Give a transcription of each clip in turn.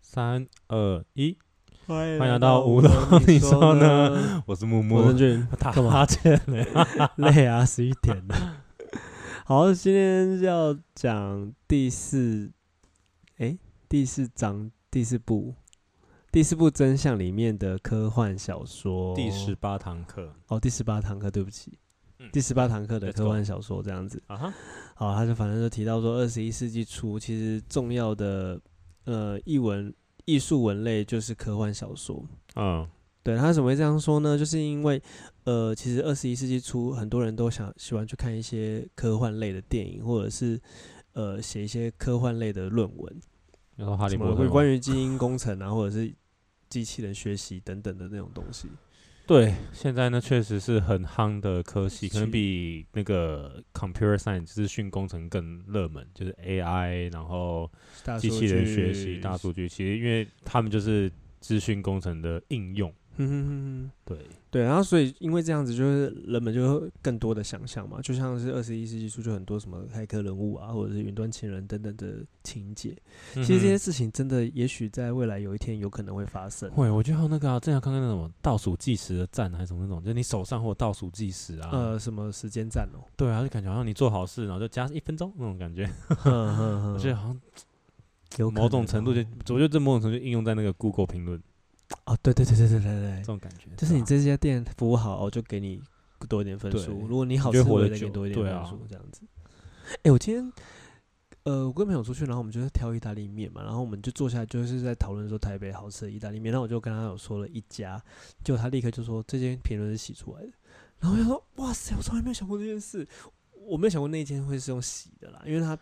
三二一，欢迎欢迎来到五楼你说呢？我是木 我木是， 俊，打干嘛哈欠嘞，累啊，十一点了。 好，今天要讲第四，哎、第四章第四部，第四部真相里面的科幻小说， 第十八堂课哦，第十八堂课，对不起，嗯第十八堂课的 Let's 科 go 幻小说这样子。啊哈，好，他就反正就提到说，二十一世纪初其实重要的呃译文艺术文类就是科幻小说，嗯对他怎么会这样说呢？就是因为，呃，其实二十一世纪初，很多人都想喜欢去看一些科幻类的电影，或者是呃写一些科幻类的论文，要说哈利什波么特吗关于基因工程啊，或者是机器人学习等等的那种东西。对，现在呢确实是很夯的科系，可能是比那个 computer science 资讯工程更热门，就是 AI，然后大机数器人据学习、大，数据，其实因为他们就是资讯工程的应用，哼哼哼哼对，对，然后所以因为这样子，就是人们就会更多的想象嘛，就像是二十一世纪初就很多什么骇客人物啊，或者是云端情人等等的情节。嗯其实这些事情真的，也许在未来有一天有可能会发生。会，我觉得还有那个啊，正想看看那种倒数计时的站还是什么那种，就是你手上会有倒数计时啊，呃，什么时间站哦？ 对啊，就感觉好像你做好事，然后就加一分钟那种感觉，我我觉得好像嗯有可某种能程度哦就，我觉得这某种程度就应用在那个 Google 评论哦，对对对对对对这对，种感觉，就是你对吧啊这家店服务好，我就给你多一点分对数；如果你好你吃，就活我得也再给久你多一点对啊分数，这样子。哎，我今天呃，我跟朋友出去，然后我们就是挑意大利面嘛，然后我们就坐下来就是在讨论说台北好吃的意大利面，然后我就跟他有说了一家，结果他立刻就说这间评论是洗出来的，然后我就说哇塞，我从来没有想过这件事，我没有想过那一间会是用洗的啦，因为它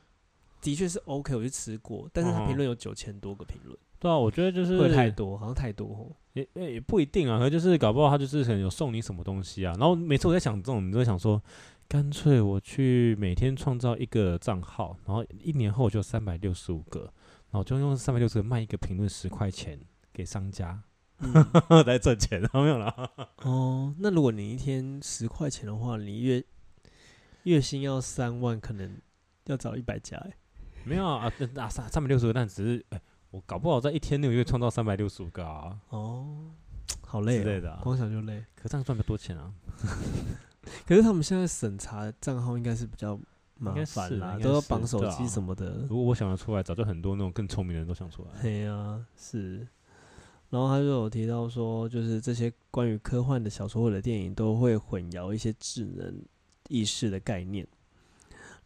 的确是 OK，我去吃过，但是它嗯哼评论有九千多个评论。对啊，我觉得就是会太多，好像太多哦。也也也不一定啊，可能就是搞不好他就是可能有送你什么东西啊，然后每次我在想这种，你就会想说，干脆我去每天创造一个账号，然后一年后我就三百六十五个，然后就用三百六十个卖一个评论十块钱给商家嗯 来赚钱，然后没有了。哦，那如果你一天十块钱的话，你月月薪要三万，可能要找一百家哎。 没有啊，那那三三百六十个，但只是、哎我搞不好在一天内我就创造三百六十五个啊，哦，好累、之哦，类的、啊。光想就累。可这样赚不多钱啊，可是他们现在审查账号应该是比较麻应该是烦啦，应该都要是绑手对啊机什么的。如果我想得出来，早就很多那种更聪明的人都想出来了。对啊，是。然后他就有提到说，就是这些关于科幻的小说或者电影都会混淆一些智能意识的概念。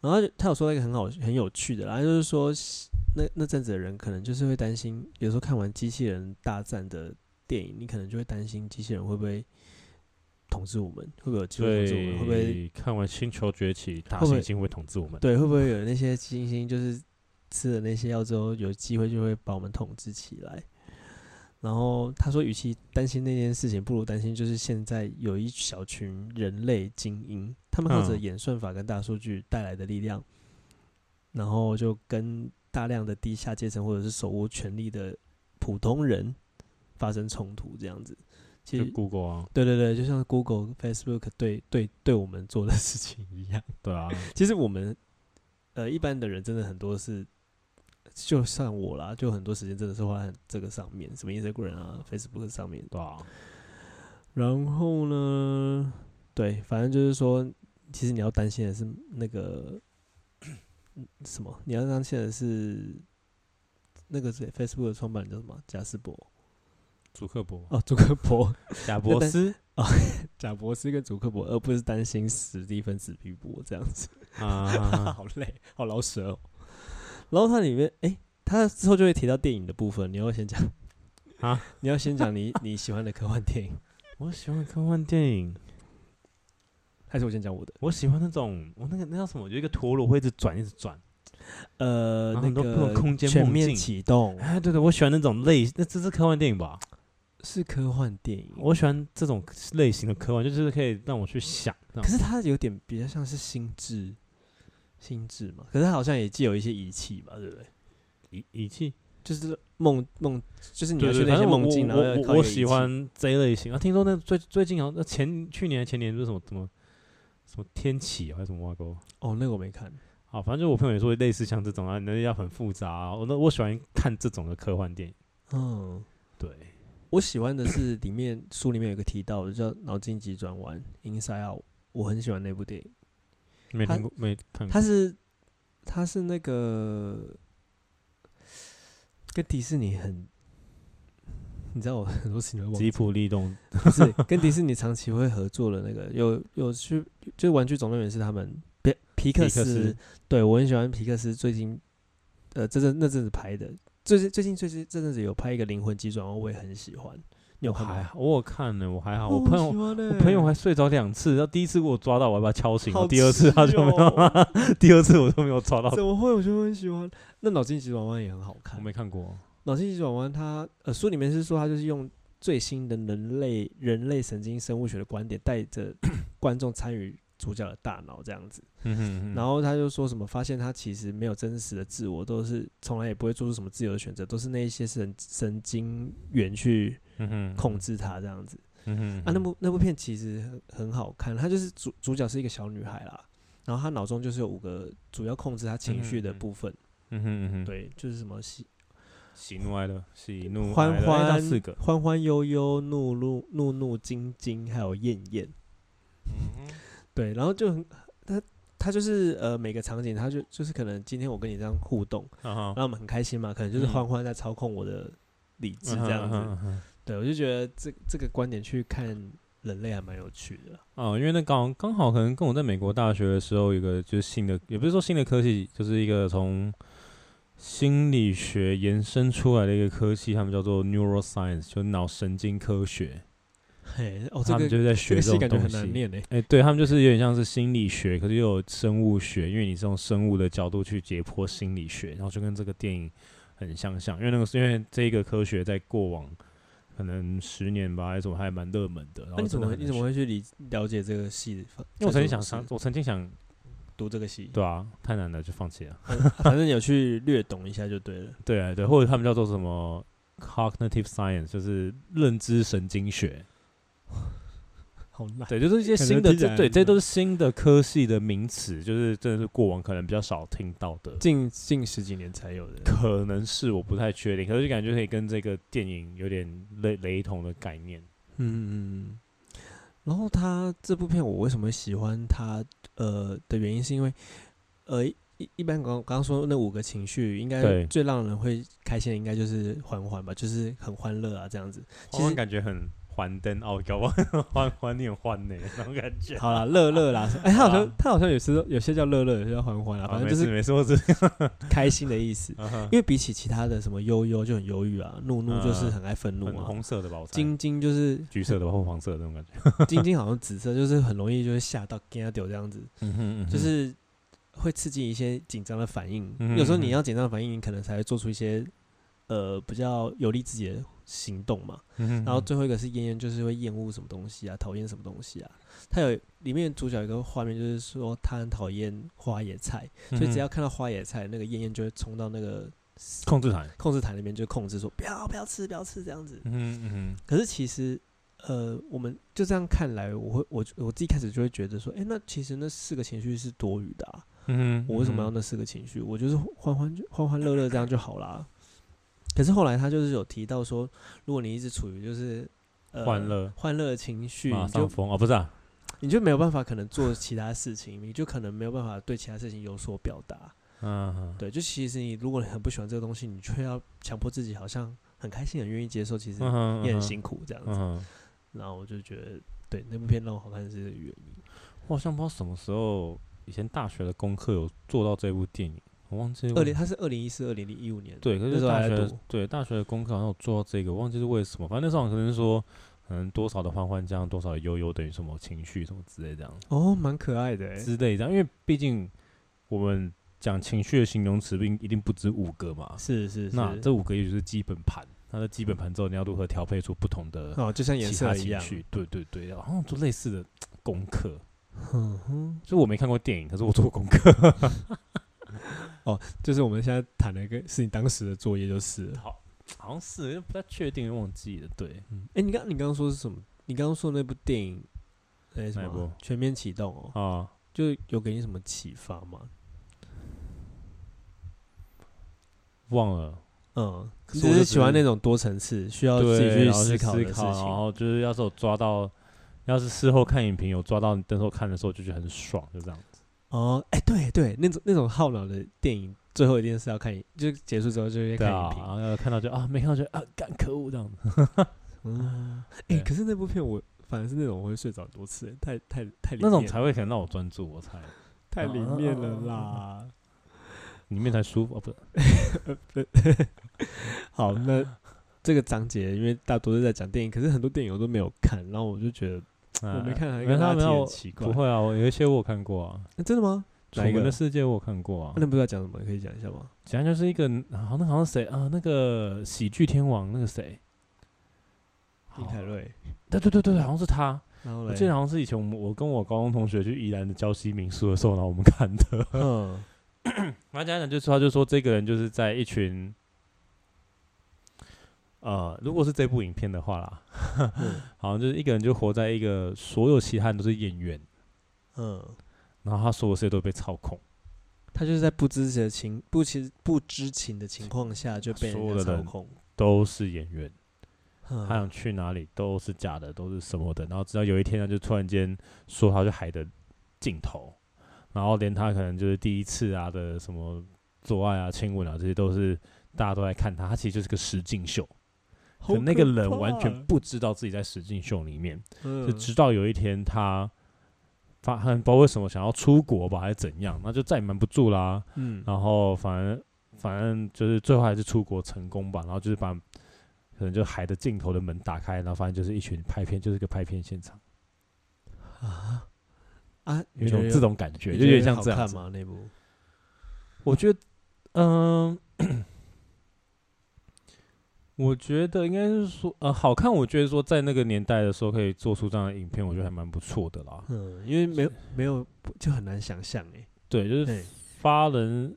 然后他就他有说到一个很好很有趣的啦，他就是说那那阵子的人可能就是会担心，有时候看完机器人大战的电影，你可能就会担心机器人会不会统治我们，会不会有机会统治我们，会不会对，看完《星球崛起》，大会不猩会猩会不会统治我们？对，会不会有那些猩猩就是吃了那些药之后，有机会就会把我们统治起来？然后他说，与其担心那件事情，不如担心就是现在有一小群人类精英，他们靠着嗯演算法跟大数据带来的力量，然后就跟大量的低下阶层或者是手无权力的普通人发生冲突，这样子。其就实， Google 啊，对对对，就像 Google、Facebook 对对对我们做的事情一样。对啊，其实我们呃一般的人真的很多是，就像我啦，就很多时间真的是花在这个上面，什么 Instagram 啊、Facebook 上面。对啊，然后呢，对，反正就是说，其实你要担心的是那个 什么，你要担心的是那个谁 Facebook 的创办人叫什么？贾斯伯祖克伯、哦，祖克伯，哦贾伯 斯贾伯斯跟祖克伯，而不是担心史蒂芬史皮博这样子。啊，好累，好老舌哦。然后它里面，哎、它之后就会提到电影的部分，你要不要先讲啊，你要先讲你你喜欢的科幻电影，我喜欢科幻电影，还是我先讲我的？我喜欢那种我那个那叫什么，有一个陀螺会一直转一直转，呃，然后那很多不同个空间全梦面境启动哎，对对，我喜欢那种类，那这是科幻电影吧？是科幻电影，我喜欢这种类型的科幻，就是可以让我去想。这可样是它有点比较像是心智，心智嘛，可是它好像也既有一些仪器吧，对不对？仪仪器，就是梦梦，就是你要对去对，那反些正我梦境，然后我要我靠我一我个仪喜器。欢这一类型啊。听说那最最近好像那前去年前年就是什么什么什么天启啊还是什么挖沟哦，那个我没看，啊，反正就我朋友也说类似像这种啊，那要很复杂、啊。我那我喜欢看这种的科幻电影，嗯，对，我喜欢的是里面书里面有个提到的叫《脑筋急转弯》（Inside Out），我很喜欢那部电影。没他听过，没看过它。是它是那个跟迪士尼很，你知道我很多事情都忘吉记，普力动，不是跟迪士尼长期会合作的那个，有有去就是《玩具总动员》是他们皮皮克皮克斯对我很喜欢皮克斯最近呃这阵那阵子拍的，最近最近最近这阵子有拍一个《灵魂急转弯》，我也很喜欢，你有我看还吗？好，我有看呢，我还好。哦啊我朋很喜友，欢欸我朋友还睡着两次，然后第一次给我抓到，我还把他敲醒，然后好第二次他气就没哦有， 第二次我都没有 抓到。怎么会？我觉得我很喜欢。那脑筋急转弯也很好看我，没看过，脑筋急转弯它呃书里面是说它就是用最新的人类人类神经生物学的观点，带 着观众参与主角的大脑这样子。嗯哼然后他就说什么发现他其实没有真实的自我，都是从来也不会做出什么自由的选择，都是那一些神神经元去嗯哼控，制他这样子。嗯哼啊，那部那部片其实很很好看，它就是主主角是一个小女孩啦，然后她脑中就是有五个主要控制她情绪的嗯嗯嗯部分，嗯哼嗯哼，对，就是什么喜喜怒哀乐，喜怒欢哀乐哎它欢四个，欢欢悠悠、怒怒怒怒惊惊，还有艳艳。对，然后就很他他就是呃每个场景，他就就是可能今天我跟你这样互动，啊哈然后我们很开心嘛，可能就是嗯欢欢在操控我的理智这样子。嗯哼嗯哼嗯哼对我就觉得这这个观点去看人类还蛮有趣的。哦，因为那刚刚好可能跟我在美国大学的时候，有个就是新的，也不是说新的科系，就是一个从心理学延伸出来的一个科系，他们叫做 neuroscience，就脑神经科学。嘿，哦，这他们个就是在这学个戏种感觉东很难西。念诶。欸哎、对他们就是有点像是心理学，可是又有生物学，因为你是用生物的角度去解剖心理学，然后就跟这个电影很相像。因为那个是因为这个科学在过往可能十年吧，还是什么还蛮热门的。然那、后你怎真的么很你难怎么学？会去理了解这个戏？因为我曾经想上上，我曾经嗯想，读这个戏，对啊，太难了，就放弃了。 反正有去略懂一下就对了。对啊，对，或者他们叫做什么 cognitive science，就是认知神经学。 好难。对，就是一些感觉新的，听起这来对，很这难都是新的科系的名词，就是真的是过往可能比较少听到的，近近十几年才有的。可能是我不太确定，可是就感觉可以跟这个电影有点雷雷同的概念。嗯嗯。然后他这部片我为什么喜欢他？呃，的原因是因为，呃，一一般刚刚刚说那五个情绪，应该对最让人会开心的应该就是欢欢吧，就是很欢乐啊这样子。其其实实感觉很还灯哦，搞不好 还还你很欢呢那种感觉。好啦，乐乐 啦，哎、他好像、好啦他好像有时候有些叫乐乐，有些叫欢欢啊，啊，反正没就事是没事，我只 是。开心的意思嗯因为比起其他的什么忧忧就很忧郁啊，怒怒就是嗯很爱愤怒粉啊，红色的吧，我猜晶晶就是 橘色的吧，或黄色的那种感觉。晶晶好像紫色，就是很容易就会吓到惊掉这样子，嗯哼，嗯哼就是会刺激一些紧张的反应。嗯有时候嗯你要紧张的反应，你可能才会做出一些呃比较有利自己的行动嘛。嗯哼然后最后一个是燕燕，就是会厌恶什么东西啊，讨厌什么东西啊。他有里面主角有一个画面，就是说他很讨厌花野菜，所嗯以只要看到花野菜，那个燕燕就会冲到那个控制台。控制台那边就控制说不要不要吃不要吃这样子。嗯哼嗯哼。可是其实，呃，我们就这样看来，我会我我自己开始就会觉得说，哎、那其实那四个情绪是多余的啊，嗯哼，我为什么要那四个情绪？我就是欢欢就欢欢乐乐这样就好啦。可是后来他就是有提到说，如果你一直处于就是。呃欢乐欢乐的情绪，马你上就疯哦？不是啊，你就没有办法可能做其他事情，你就可能没有办法对其他事情有所表达。嗯，对，就其实你如果你很不喜欢这个东西，你却要强迫自己好像很开心、很愿意接受，其实嗯哼，也很苦。辛苦这样子。嗯哼，然后我就觉得，对那部片让我好看是这个原因。我好像不知道什么时候以前大学的功课有做到这部电影，我忘记二为零，它是二零一四、二零一五年，对，可那是时候大还在学读，对大学的功课好像有做到这个，我忘记是为什么。反正那时候可能是说，可能多少的欢欢加上多少的悠悠等于什么情绪什么之类这样哦，蛮可爱的欸。之类这样，因为毕竟我们讲情绪的形容词并一定不止五个嘛，欸是是那是，这五个也就是基本盘。它的基本盘之后，你要如何调配出不同的哦，就像 颜其他色一情样。绪，对对对，好像做类似的功课。嗯哼，就我没看过电影，可是我做过功课。 就是我们现在谈的一个是你当时的作业就是了。好，好像是，因为不太确定，忘记了。对，嗯，哎，你刚你刚刚说是什么？你刚刚说那部电影，哎，什哪一么部《全面启动》哦，啊，就有给你什么启发吗？忘了，嗯，可你是我只就是只喜欢是那种多层次，需要自己对，去然后思去考思的事考，然情。后就是要是我抓到，要是事后看影评有抓到，那时候看的时候就觉得很爽，就这样子。哦，哎、对对，那种那种耗脑的电影，最后一定是要看影，就结束之后就对会看啊影，评。然后要看到就啊，没看到就啊，干可恶这样子。嗯，哎、对可是那部片我反而是那种我会睡着很多次，太太太里那种面才会可能让我专注，我猜太里面了啦。 里面才舒服。哦，不是，好，那这个章节因为大多都在讲电影，可是很多电影我都没有看，然后我就觉得我没哎看，还没跟大看，没家提看，很我奇怪。不会啊，我有一些我有看过啊，哎真的吗？ 《楚哪一门个的世界》我有看过啊啊。那不知道讲什么，可以讲一下吗？讲的就是一个，好像好像谁啊？那个喜剧天王那个谁，金凯瑞，对对对对，好像是他。然后我嘞，记得好像是以前我们我跟我高中同学去宜兰的礁溪民宿的时候，然后我们看的。嗯，然后讲一讲就是他就说这个人就是在一群，呃，如果是这部影片的话啦，嗯 好像就是一个人就活在一个所有其他人都是演员，嗯，然后他所有事情都被操控，他就是在不知情的情不情不知情的情况下就被所人有家的操人控，都是演员，他嗯想去哪里都是假的，都是什么的。然后直到有一天，他就突然间说他去海的尽头，然后连他可能就是第一次啊的什么做爱啊、亲吻啊，这些都是大家都在看他，他其实就是个实境秀。好可那个可人怕啊完全不知道自己在实境秀里面，嗯就直到有一天他发，他不知道为什么想要出国吧，还是怎样，那就再也瞒不住啦。嗯然后反正反正就是最后还是出国成功吧，然后就是把可能就海的尽头的门打开，然后发现就是一群拍片，就是个拍片现场，啊啊，有你一觉种得这种感觉，你就有点觉得像好这样看子。吗？那部我觉得，嗯、我觉得应该是说，呃，好看。我觉得说，在那个年代的时候，可以做出这样的影片，我觉得还蛮不错的啦。嗯，因为没有没有就很难想象哎、对，就是对，发人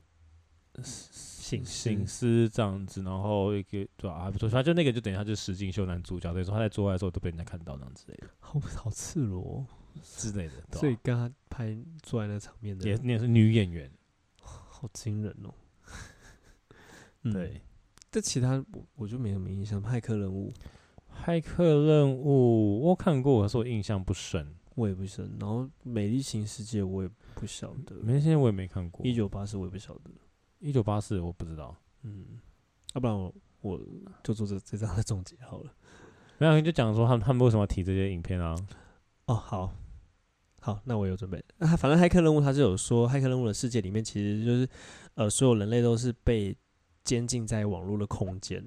醒醒思思这样子，然后一个对吧、啊还不错，他就那个就等于他就是实境秀男主角，等于说他在做爱的时候都被人家看到这样之类的好好赤裸哦，啊之类的，对吧所以跟他拍做爱那场面的也人你也是女演员，好惊人哦。嗯对，。这其他我我就没什么印象，骇客人物骇客任务我看过，可是我印象不深，我也不深，然后美丽新世界我也不晓得，没现在我也没看过。一九八四我也不晓得，一九八四我不知道，嗯，要、不然我我就做这这张的总结好了。没有就讲说他们他们为什么要提这些影片啊？哦，好，好，那我有准备。啊， 反正骇客任务他是有说，骇客任务的世界里面其实就是，呃，所有人类都是被监禁在网络的空间。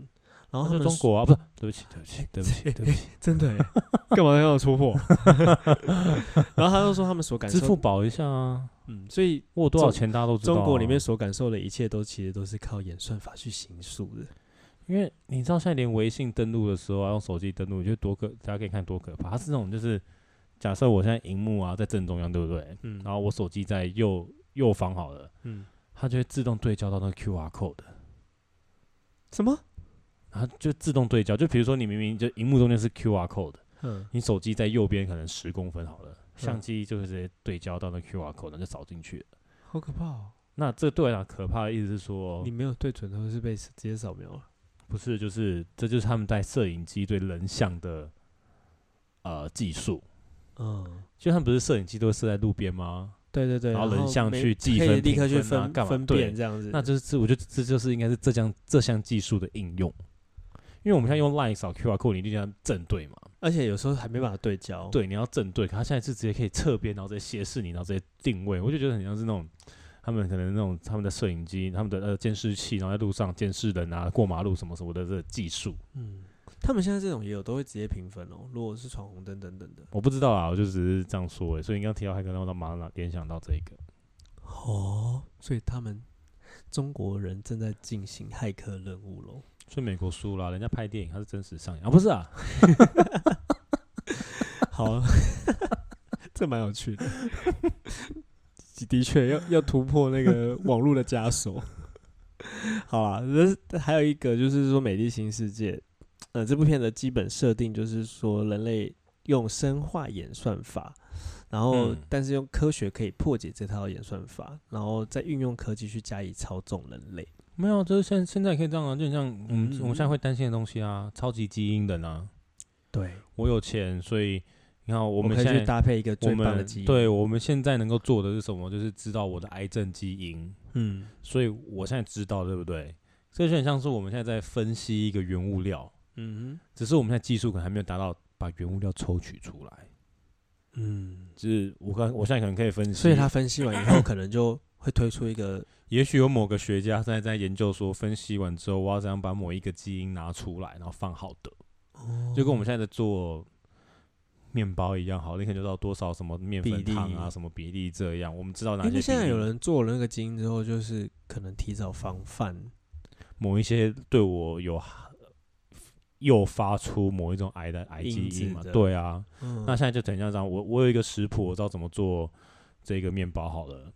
然后他说他们中说国啊，不是，对不起，对不起，对不起，对不 起，真的耶欸干嘛要戳破？ 然后他又说他们所感支付受，宝一下啊，嗯，所以我有多少钱大家都知道啊、中国里面所感受的一切都其实都是靠演算法去形塑的。因为你知道现在连微信登录的时候啊，用手机登录，你觉得多可，大家可以看多可怕。它是那种就是，假设我现在荧幕啊在正中央，对不对？嗯然后我手机在右右方好了，嗯，它就会自动对焦到那个 QR code，什么？它就自动对焦。就比如说你明明就荧幕中间是 QR code，嗯你手机在右边可能十公分好了，相机就会直接对焦到那 QR code，那就扫进去了。好可怕哦！那这对我来讲可怕的意思是说你，没有对准，都是被直接扫描了。不是就是这就是他们在摄影机对人像的呃技术。嗯。就他们不是摄影机都会设在路边吗？对对对，然后人后像没去计可以分立刻评去分啊分干嘛分对辨这样子。那就是我觉得这就是应该是这项这项技术的应用，因为我们现在用 Line 扫 QR code，你一定要正对嘛？而且有时候还没办法对焦。，对，你要正对。可他现在是直接可以侧边，然后直接斜视你，然后直接定位，我就觉得很像是那种他们可能那种他们的摄影机、他们的呃监视器，然后在路上监视人啊、过马路什么什么的这个技术，嗯，他们现在这种也有都会直接评分哦。如果是闯红灯等等的。我不知道啊，我就只是这样说、欸。所以你刚提到骇客，然后我马上联想到这个。哦，所以他们中国人正在进行骇客任务喽。所以美国输了啊，人家拍电影他是真实上映啊，不是啊？好 啊，这蛮有趣的。 的确，要要突破那个网络的枷锁。好啊，这还有一个就是说《美丽新世界》，呃，这部片的基本设定就是说人类用生化演算法，然后、嗯但是用科学可以破解这套演算法，然后再运用科技去加以操纵人类。没有，啊就是现现在也可以这样啊，就很像我们、嗯我们现在会担心的东西啊，超级基因的呢。对，我有钱，所以你看我我们可现以去在搭配一个我最棒的们基因。，对我们现在能够做的是什么？就是知道我的癌症基因，嗯，所以我现在知道，对不对？这就很像是我们现在在分析一个原物料，嗯只是我们现在技术可能还没有达到把原物料抽取出来。嗯，就是我刚我现在可能可以分析，所以他分析完以后，可能就会推出一个，也许有某个学家现在在研究说，分析完之后我要怎样把某一个基因拿出来，然后放好的，哦就跟我们现在在做面包一样，好，你可能就知道多少什么面比粉例糖啊，什么比例这样，我们知道哪些因比例。为现在有人做了那个基因之后，就是可能提早防范。某一些对我有诱发出某一种癌的癌基因子因嘛，的对啊，嗯，那现在就等一下这样，我我有一个食谱，我知道怎么做这个面包好了。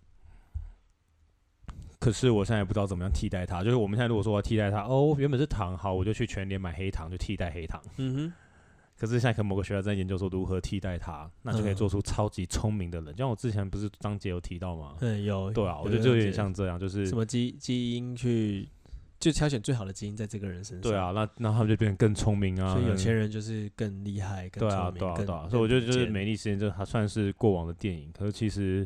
可是我现在也不知道怎么样替代它，就是我们现在如果说我要替代它，哦，原本是糖，好，我就去全联买黑糖，就替代黑糖。嗯可是现在可能某个学家在研究说如何替代它，那就可以嗯做出超级聪明的人。就像我之前不是张杰有提到吗哼，？嗯，有对啊，我觉得了就有点解像这样，就是什么基基因去就挑选最好的基因在这个人身上。对，啊，那那他们就变得更聪明啊。所以有嗯些人就是更厉害、更对啊，聪明、对啊，更对啊，所以我觉得就是《美丽实验证》它算是过往的电影，可是其实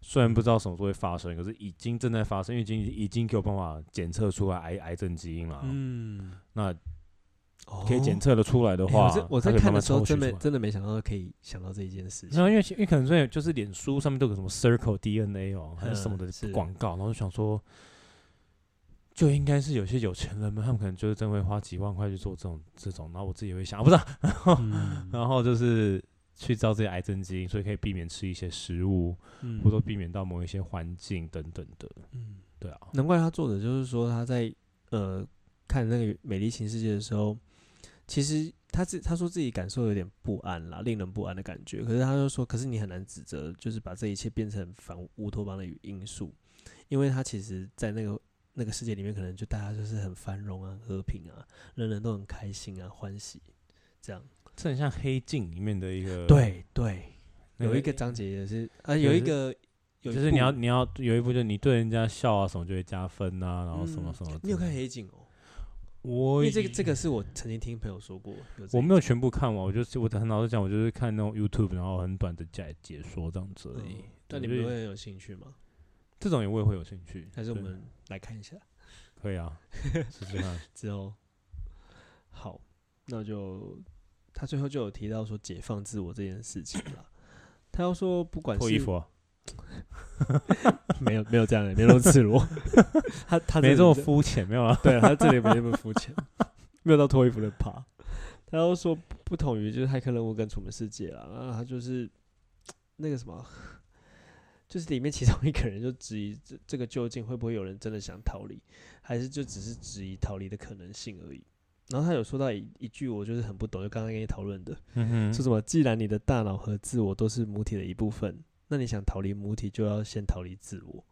虽然不知道什么时候会发生，可是已经正在发生，因为已经已经给我办法检测出来癌癌症基因了啊。嗯，那哦可以检测的出来的哎话，我这我它在可以看慢的慢时候抽取真没出来真的没想到可以想到这一件事然情。后因为因为可能所以就是脸书上面都有什么 Circle DNA 哦，还是什么嗯的是广告，然后就想说，就应该是有些有钱人们，他们可能就是真会花几万块去做这种这种，然后我自己也会想，啊、不是啊、嗯然后就是去知道自己癌症基因，所以可以避免吃一些食物， 或者说避免到某一些环境等等的。嗯，对啊，难怪他作者就是说他在呃看那个《美丽新世界》的时候，其实他自他说自己感受有点不安啦，令人不安的感觉。可是他就说，可是你很难指责，就是把这一切变成反乌托邦的因素，因为他其实，在那个那个世界里面，可能就大家就是很繁荣啊、和平啊，人人都很开心啊、欢喜这样。这很像《黑镜》里面的一个对对，那有一个章节也是啊，就有一是个有就一是你要部你要有一部就是你对人家笑啊什么就会加分啊，然后什么什嗯么。你有看《黑镜》哦？因我为这个这个是我曾经听朋友说过，有这我一没有全部看完，我就是我很老实讲，我就是看那种 YouTube，然后很短的解解说这样子而已嗯。那你对所们以会很有兴趣吗？这种也我也会有兴趣，还是我对们来看一下可以 啊，试试看。之后？好，那就他最后就有提到说解放自我这件事情啦。他要说不管脱是衣服啊，没有没有这样的，没有那么赤裸。 他他没真的这么是肤浅，没有 啊。对他这里没那么肤浅，没有到脱衣服的趴。他又说不同于就是骇客任务跟楚门世界啦，然后他就是那个什么，就是里面其中一个人就质疑这这个究竟会不会有人真的想逃离，还是就只是质疑逃离的可能性而已。然后他有说到一一句我就是很不懂，就刚刚跟你讨论的，嗯说哼，什么既然你的大脑和自我都是母体的一部分，那你想逃离母体就要先逃离自我。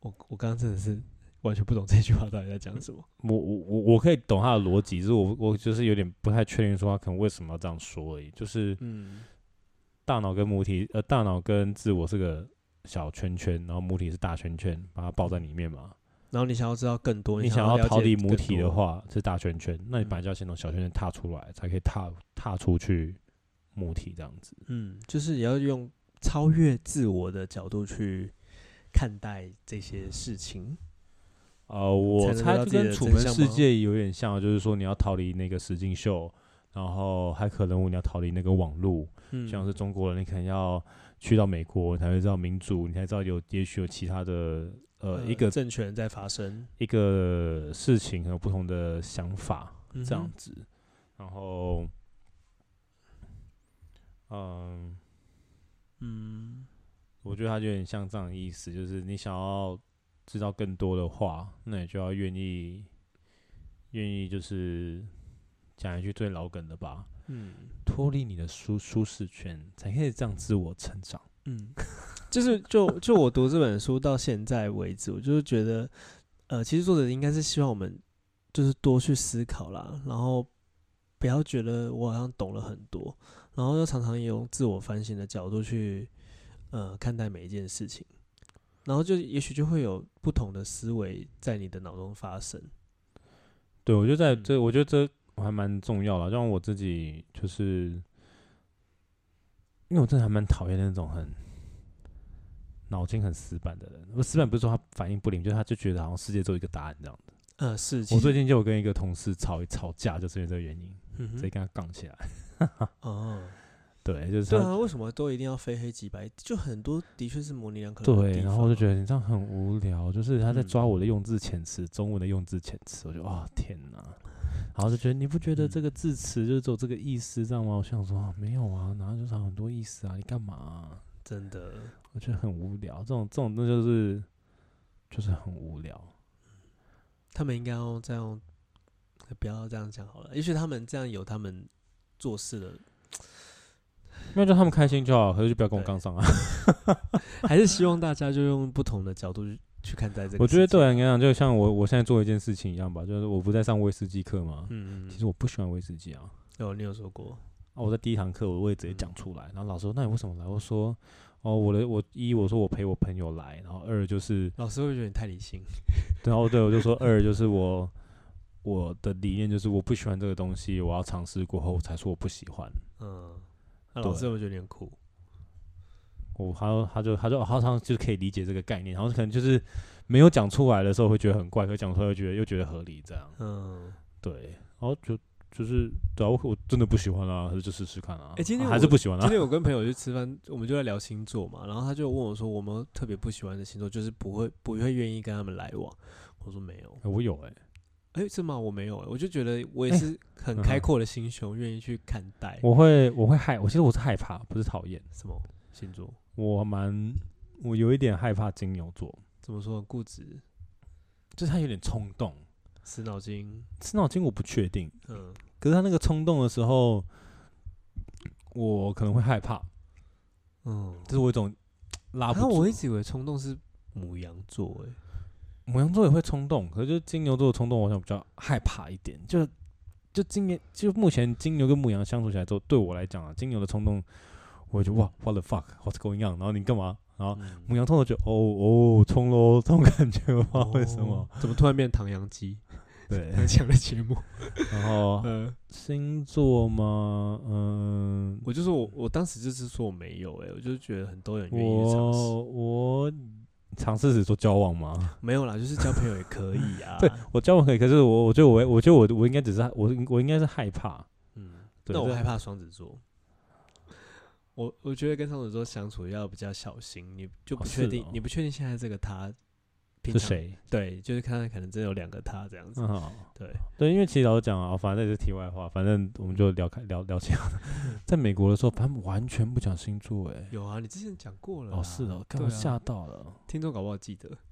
我我刚刚真的是完全不懂这句话到底在讲什么。我我我我可以懂他的逻辑，只是我我就是有点不太确定说他可能为什么要这样说而已。就是嗯大脑跟母体，呃，大脑跟自我是个小圈圈，然后母体是大圈圈，把它抱在里面嘛。，然后你想要知道更多，你想想要了解逃离母更体的多，话是大圈圈，那你本来就要先从小圈圈踏出来，才可以踏踏出去母体这样子。嗯，就是也要用超越自我的角度去看待这些事情。呃，我才能猜得到就自己跟的《楚真门相世吗界》有点像，啊就是说你要逃离那个实境秀，然后骇客人物你要逃离那个网络，嗯像是中国人，你可能要去到美国，你才会知道民主，你才知道有也许有其他的呃一个政权在发生一个事情和不同的想法嗯这样，子，然后嗯，嗯我觉得它有点像这样的意思，就是你想要知道更多的话，那你就要愿意愿意就是讲一句最老梗的吧，嗯脱离你的舒舒适圈，才可以这样自我成长。嗯， 就是就就我读这本书到现在为止，我就是觉得，呃，其实作者应该是希望我们就是多去思考啦，然后不要觉得我好像懂了很多，然后又常常用自我反省的角度去呃看待每一件事情。然后就也许就会有不同的思维在你的脑中发生。对，我觉得在嗯这，我觉得这还蛮重要的，让啊我自己就是，因为我真的还蛮讨厌那种很脑筋很死板的人。不死板不是说他反应不灵，就是他就觉得好像世界只有一个答案这样子。呃，是，其我实最近就有跟一个同事吵吵架，就是因为这个原因，嗯直哼接跟他杠起来。 哦，对，就是对他啊，为什么都一定要非黑即白？就很多的确是模棱两可的地对，然后我就方啊觉得你这样很无聊，就是他在嗯抓我的用字遣词，中文的用字遣词，我就啊、天哪，然后就觉得你不觉得这嗯个字词就是只有这个意思，这样吗？我想说、啊、没有啊，然后就是很多意思啊，你干嘛啊、真的，我觉得很无聊，这种这种那就是就是很无聊，他们应该要这样，不要这样讲好了。也许他们这样有他们做事的，那就他们开心就好，可是就不要跟我对杠上啊。 还是希望大家就用不同的角度去去看待这个。我觉得对我来，啊讲，就像我我现在做一件事情一样吧，就是我不在上威士忌课嘛，嗯，其实我不喜欢威士忌啊。有你有说过，啊，我在第一堂课我会直接嗯讲出来，然后老师说那你为什么来？我说哦，我的我一我说我陪我朋友来，然后二就是，老师会觉得你太理性。然后对我就说二就是我我的理念就是我不喜欢这个东西，我要尝试过后我才说我不喜欢。嗯，那老对师会觉得你很酷。我他他就他就他常就是可以理解这个概念，然后可能就是没有讲出来的时候会觉得很怪，可讲出来又觉得又觉得合理这样。嗯，对，然后就就是对啊，我我真的不喜欢啊，可是就试试看啊。诶今天啊还是我不喜欢啊今。天我跟朋友去吃饭，我们就在聊星座嘛，然后他就问我说，我们特别不喜欢的星座，就是不会不会愿意跟他们来往。我说没有，诶我有哎、哎、是吗？我没有、我就觉得我也哎是很嗯开哼阔的心胸，愿、意去看待我会我会害，我其实我是害怕，不是讨厌。什么星座。我蛮，我有一点害怕金牛座，怎么说固执、就是他有点冲动，死脑筋，是脑筋我不确定，嗯，可是他那个冲动的时候，我可能会害怕，嗯，就是我有一种拉不然后住啊我一。直以为冲动是母羊座，哎，母羊座也会冲动，可是就是金牛座的冲动，我想比较害怕一点。就就今年，就目前金牛跟母羊相处起来之后，对我来讲啊，金牛的冲动，我就哇，what the fuck，what's going on？然后你干嘛？然后母嗯，羊冲动就哦哦冲喽，这种感觉，我不知道为什么哦。？怎么突然变唐阳鸡？对，很强的节 目，然后呃，星座吗？嗯， 我就说我我当时就是说我没有，哎，我就觉得很多人愿意去尝试，我我尝试只做交往 吗？，没有啦，就是交朋友也可以啊 对，我交往可以，可是我我觉得我我觉得我我应该只是我我应该是害怕，嗯，对那我这害怕双子座。我我觉得跟双子座相处要比较小心，你就不哦确是定，哦你不确定现在这个他平是常？谁？对，就是看他可能真的有两个他这样子。嗯，好对，对，因为其实老实讲啊，反正这是题外话，反正我们就聊开聊聊起来了。嗯在美国的时候，他们完全不讲星座、欸，有啊，你之前讲过了啦。哦，是哦，刚对我啊吓到了。听众搞不好记得。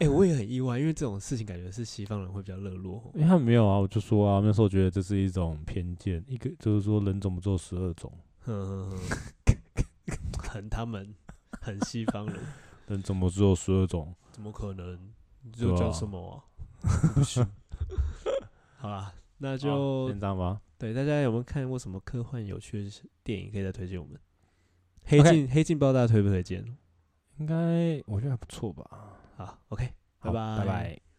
哎、我也很意外，因为这种事情感觉是西方人会比较热络哦。因为他们没有啊，我就说啊，那时候觉得这是一种偏见，一个就是说人怎么做十二种，哼哼哼，很他们，很西方人，人怎么做十二种，怎么可能？你对就啊叫什么、啊？不行。 好啦，那好啊嗯就哦先这样吧。对大家有没有看过什么科幻有趣的电影可以再推荐我们？黑镜 OK 黑镜不知道大家推不推荐？应该我觉得还不错吧。好，OK，好拜拜拜。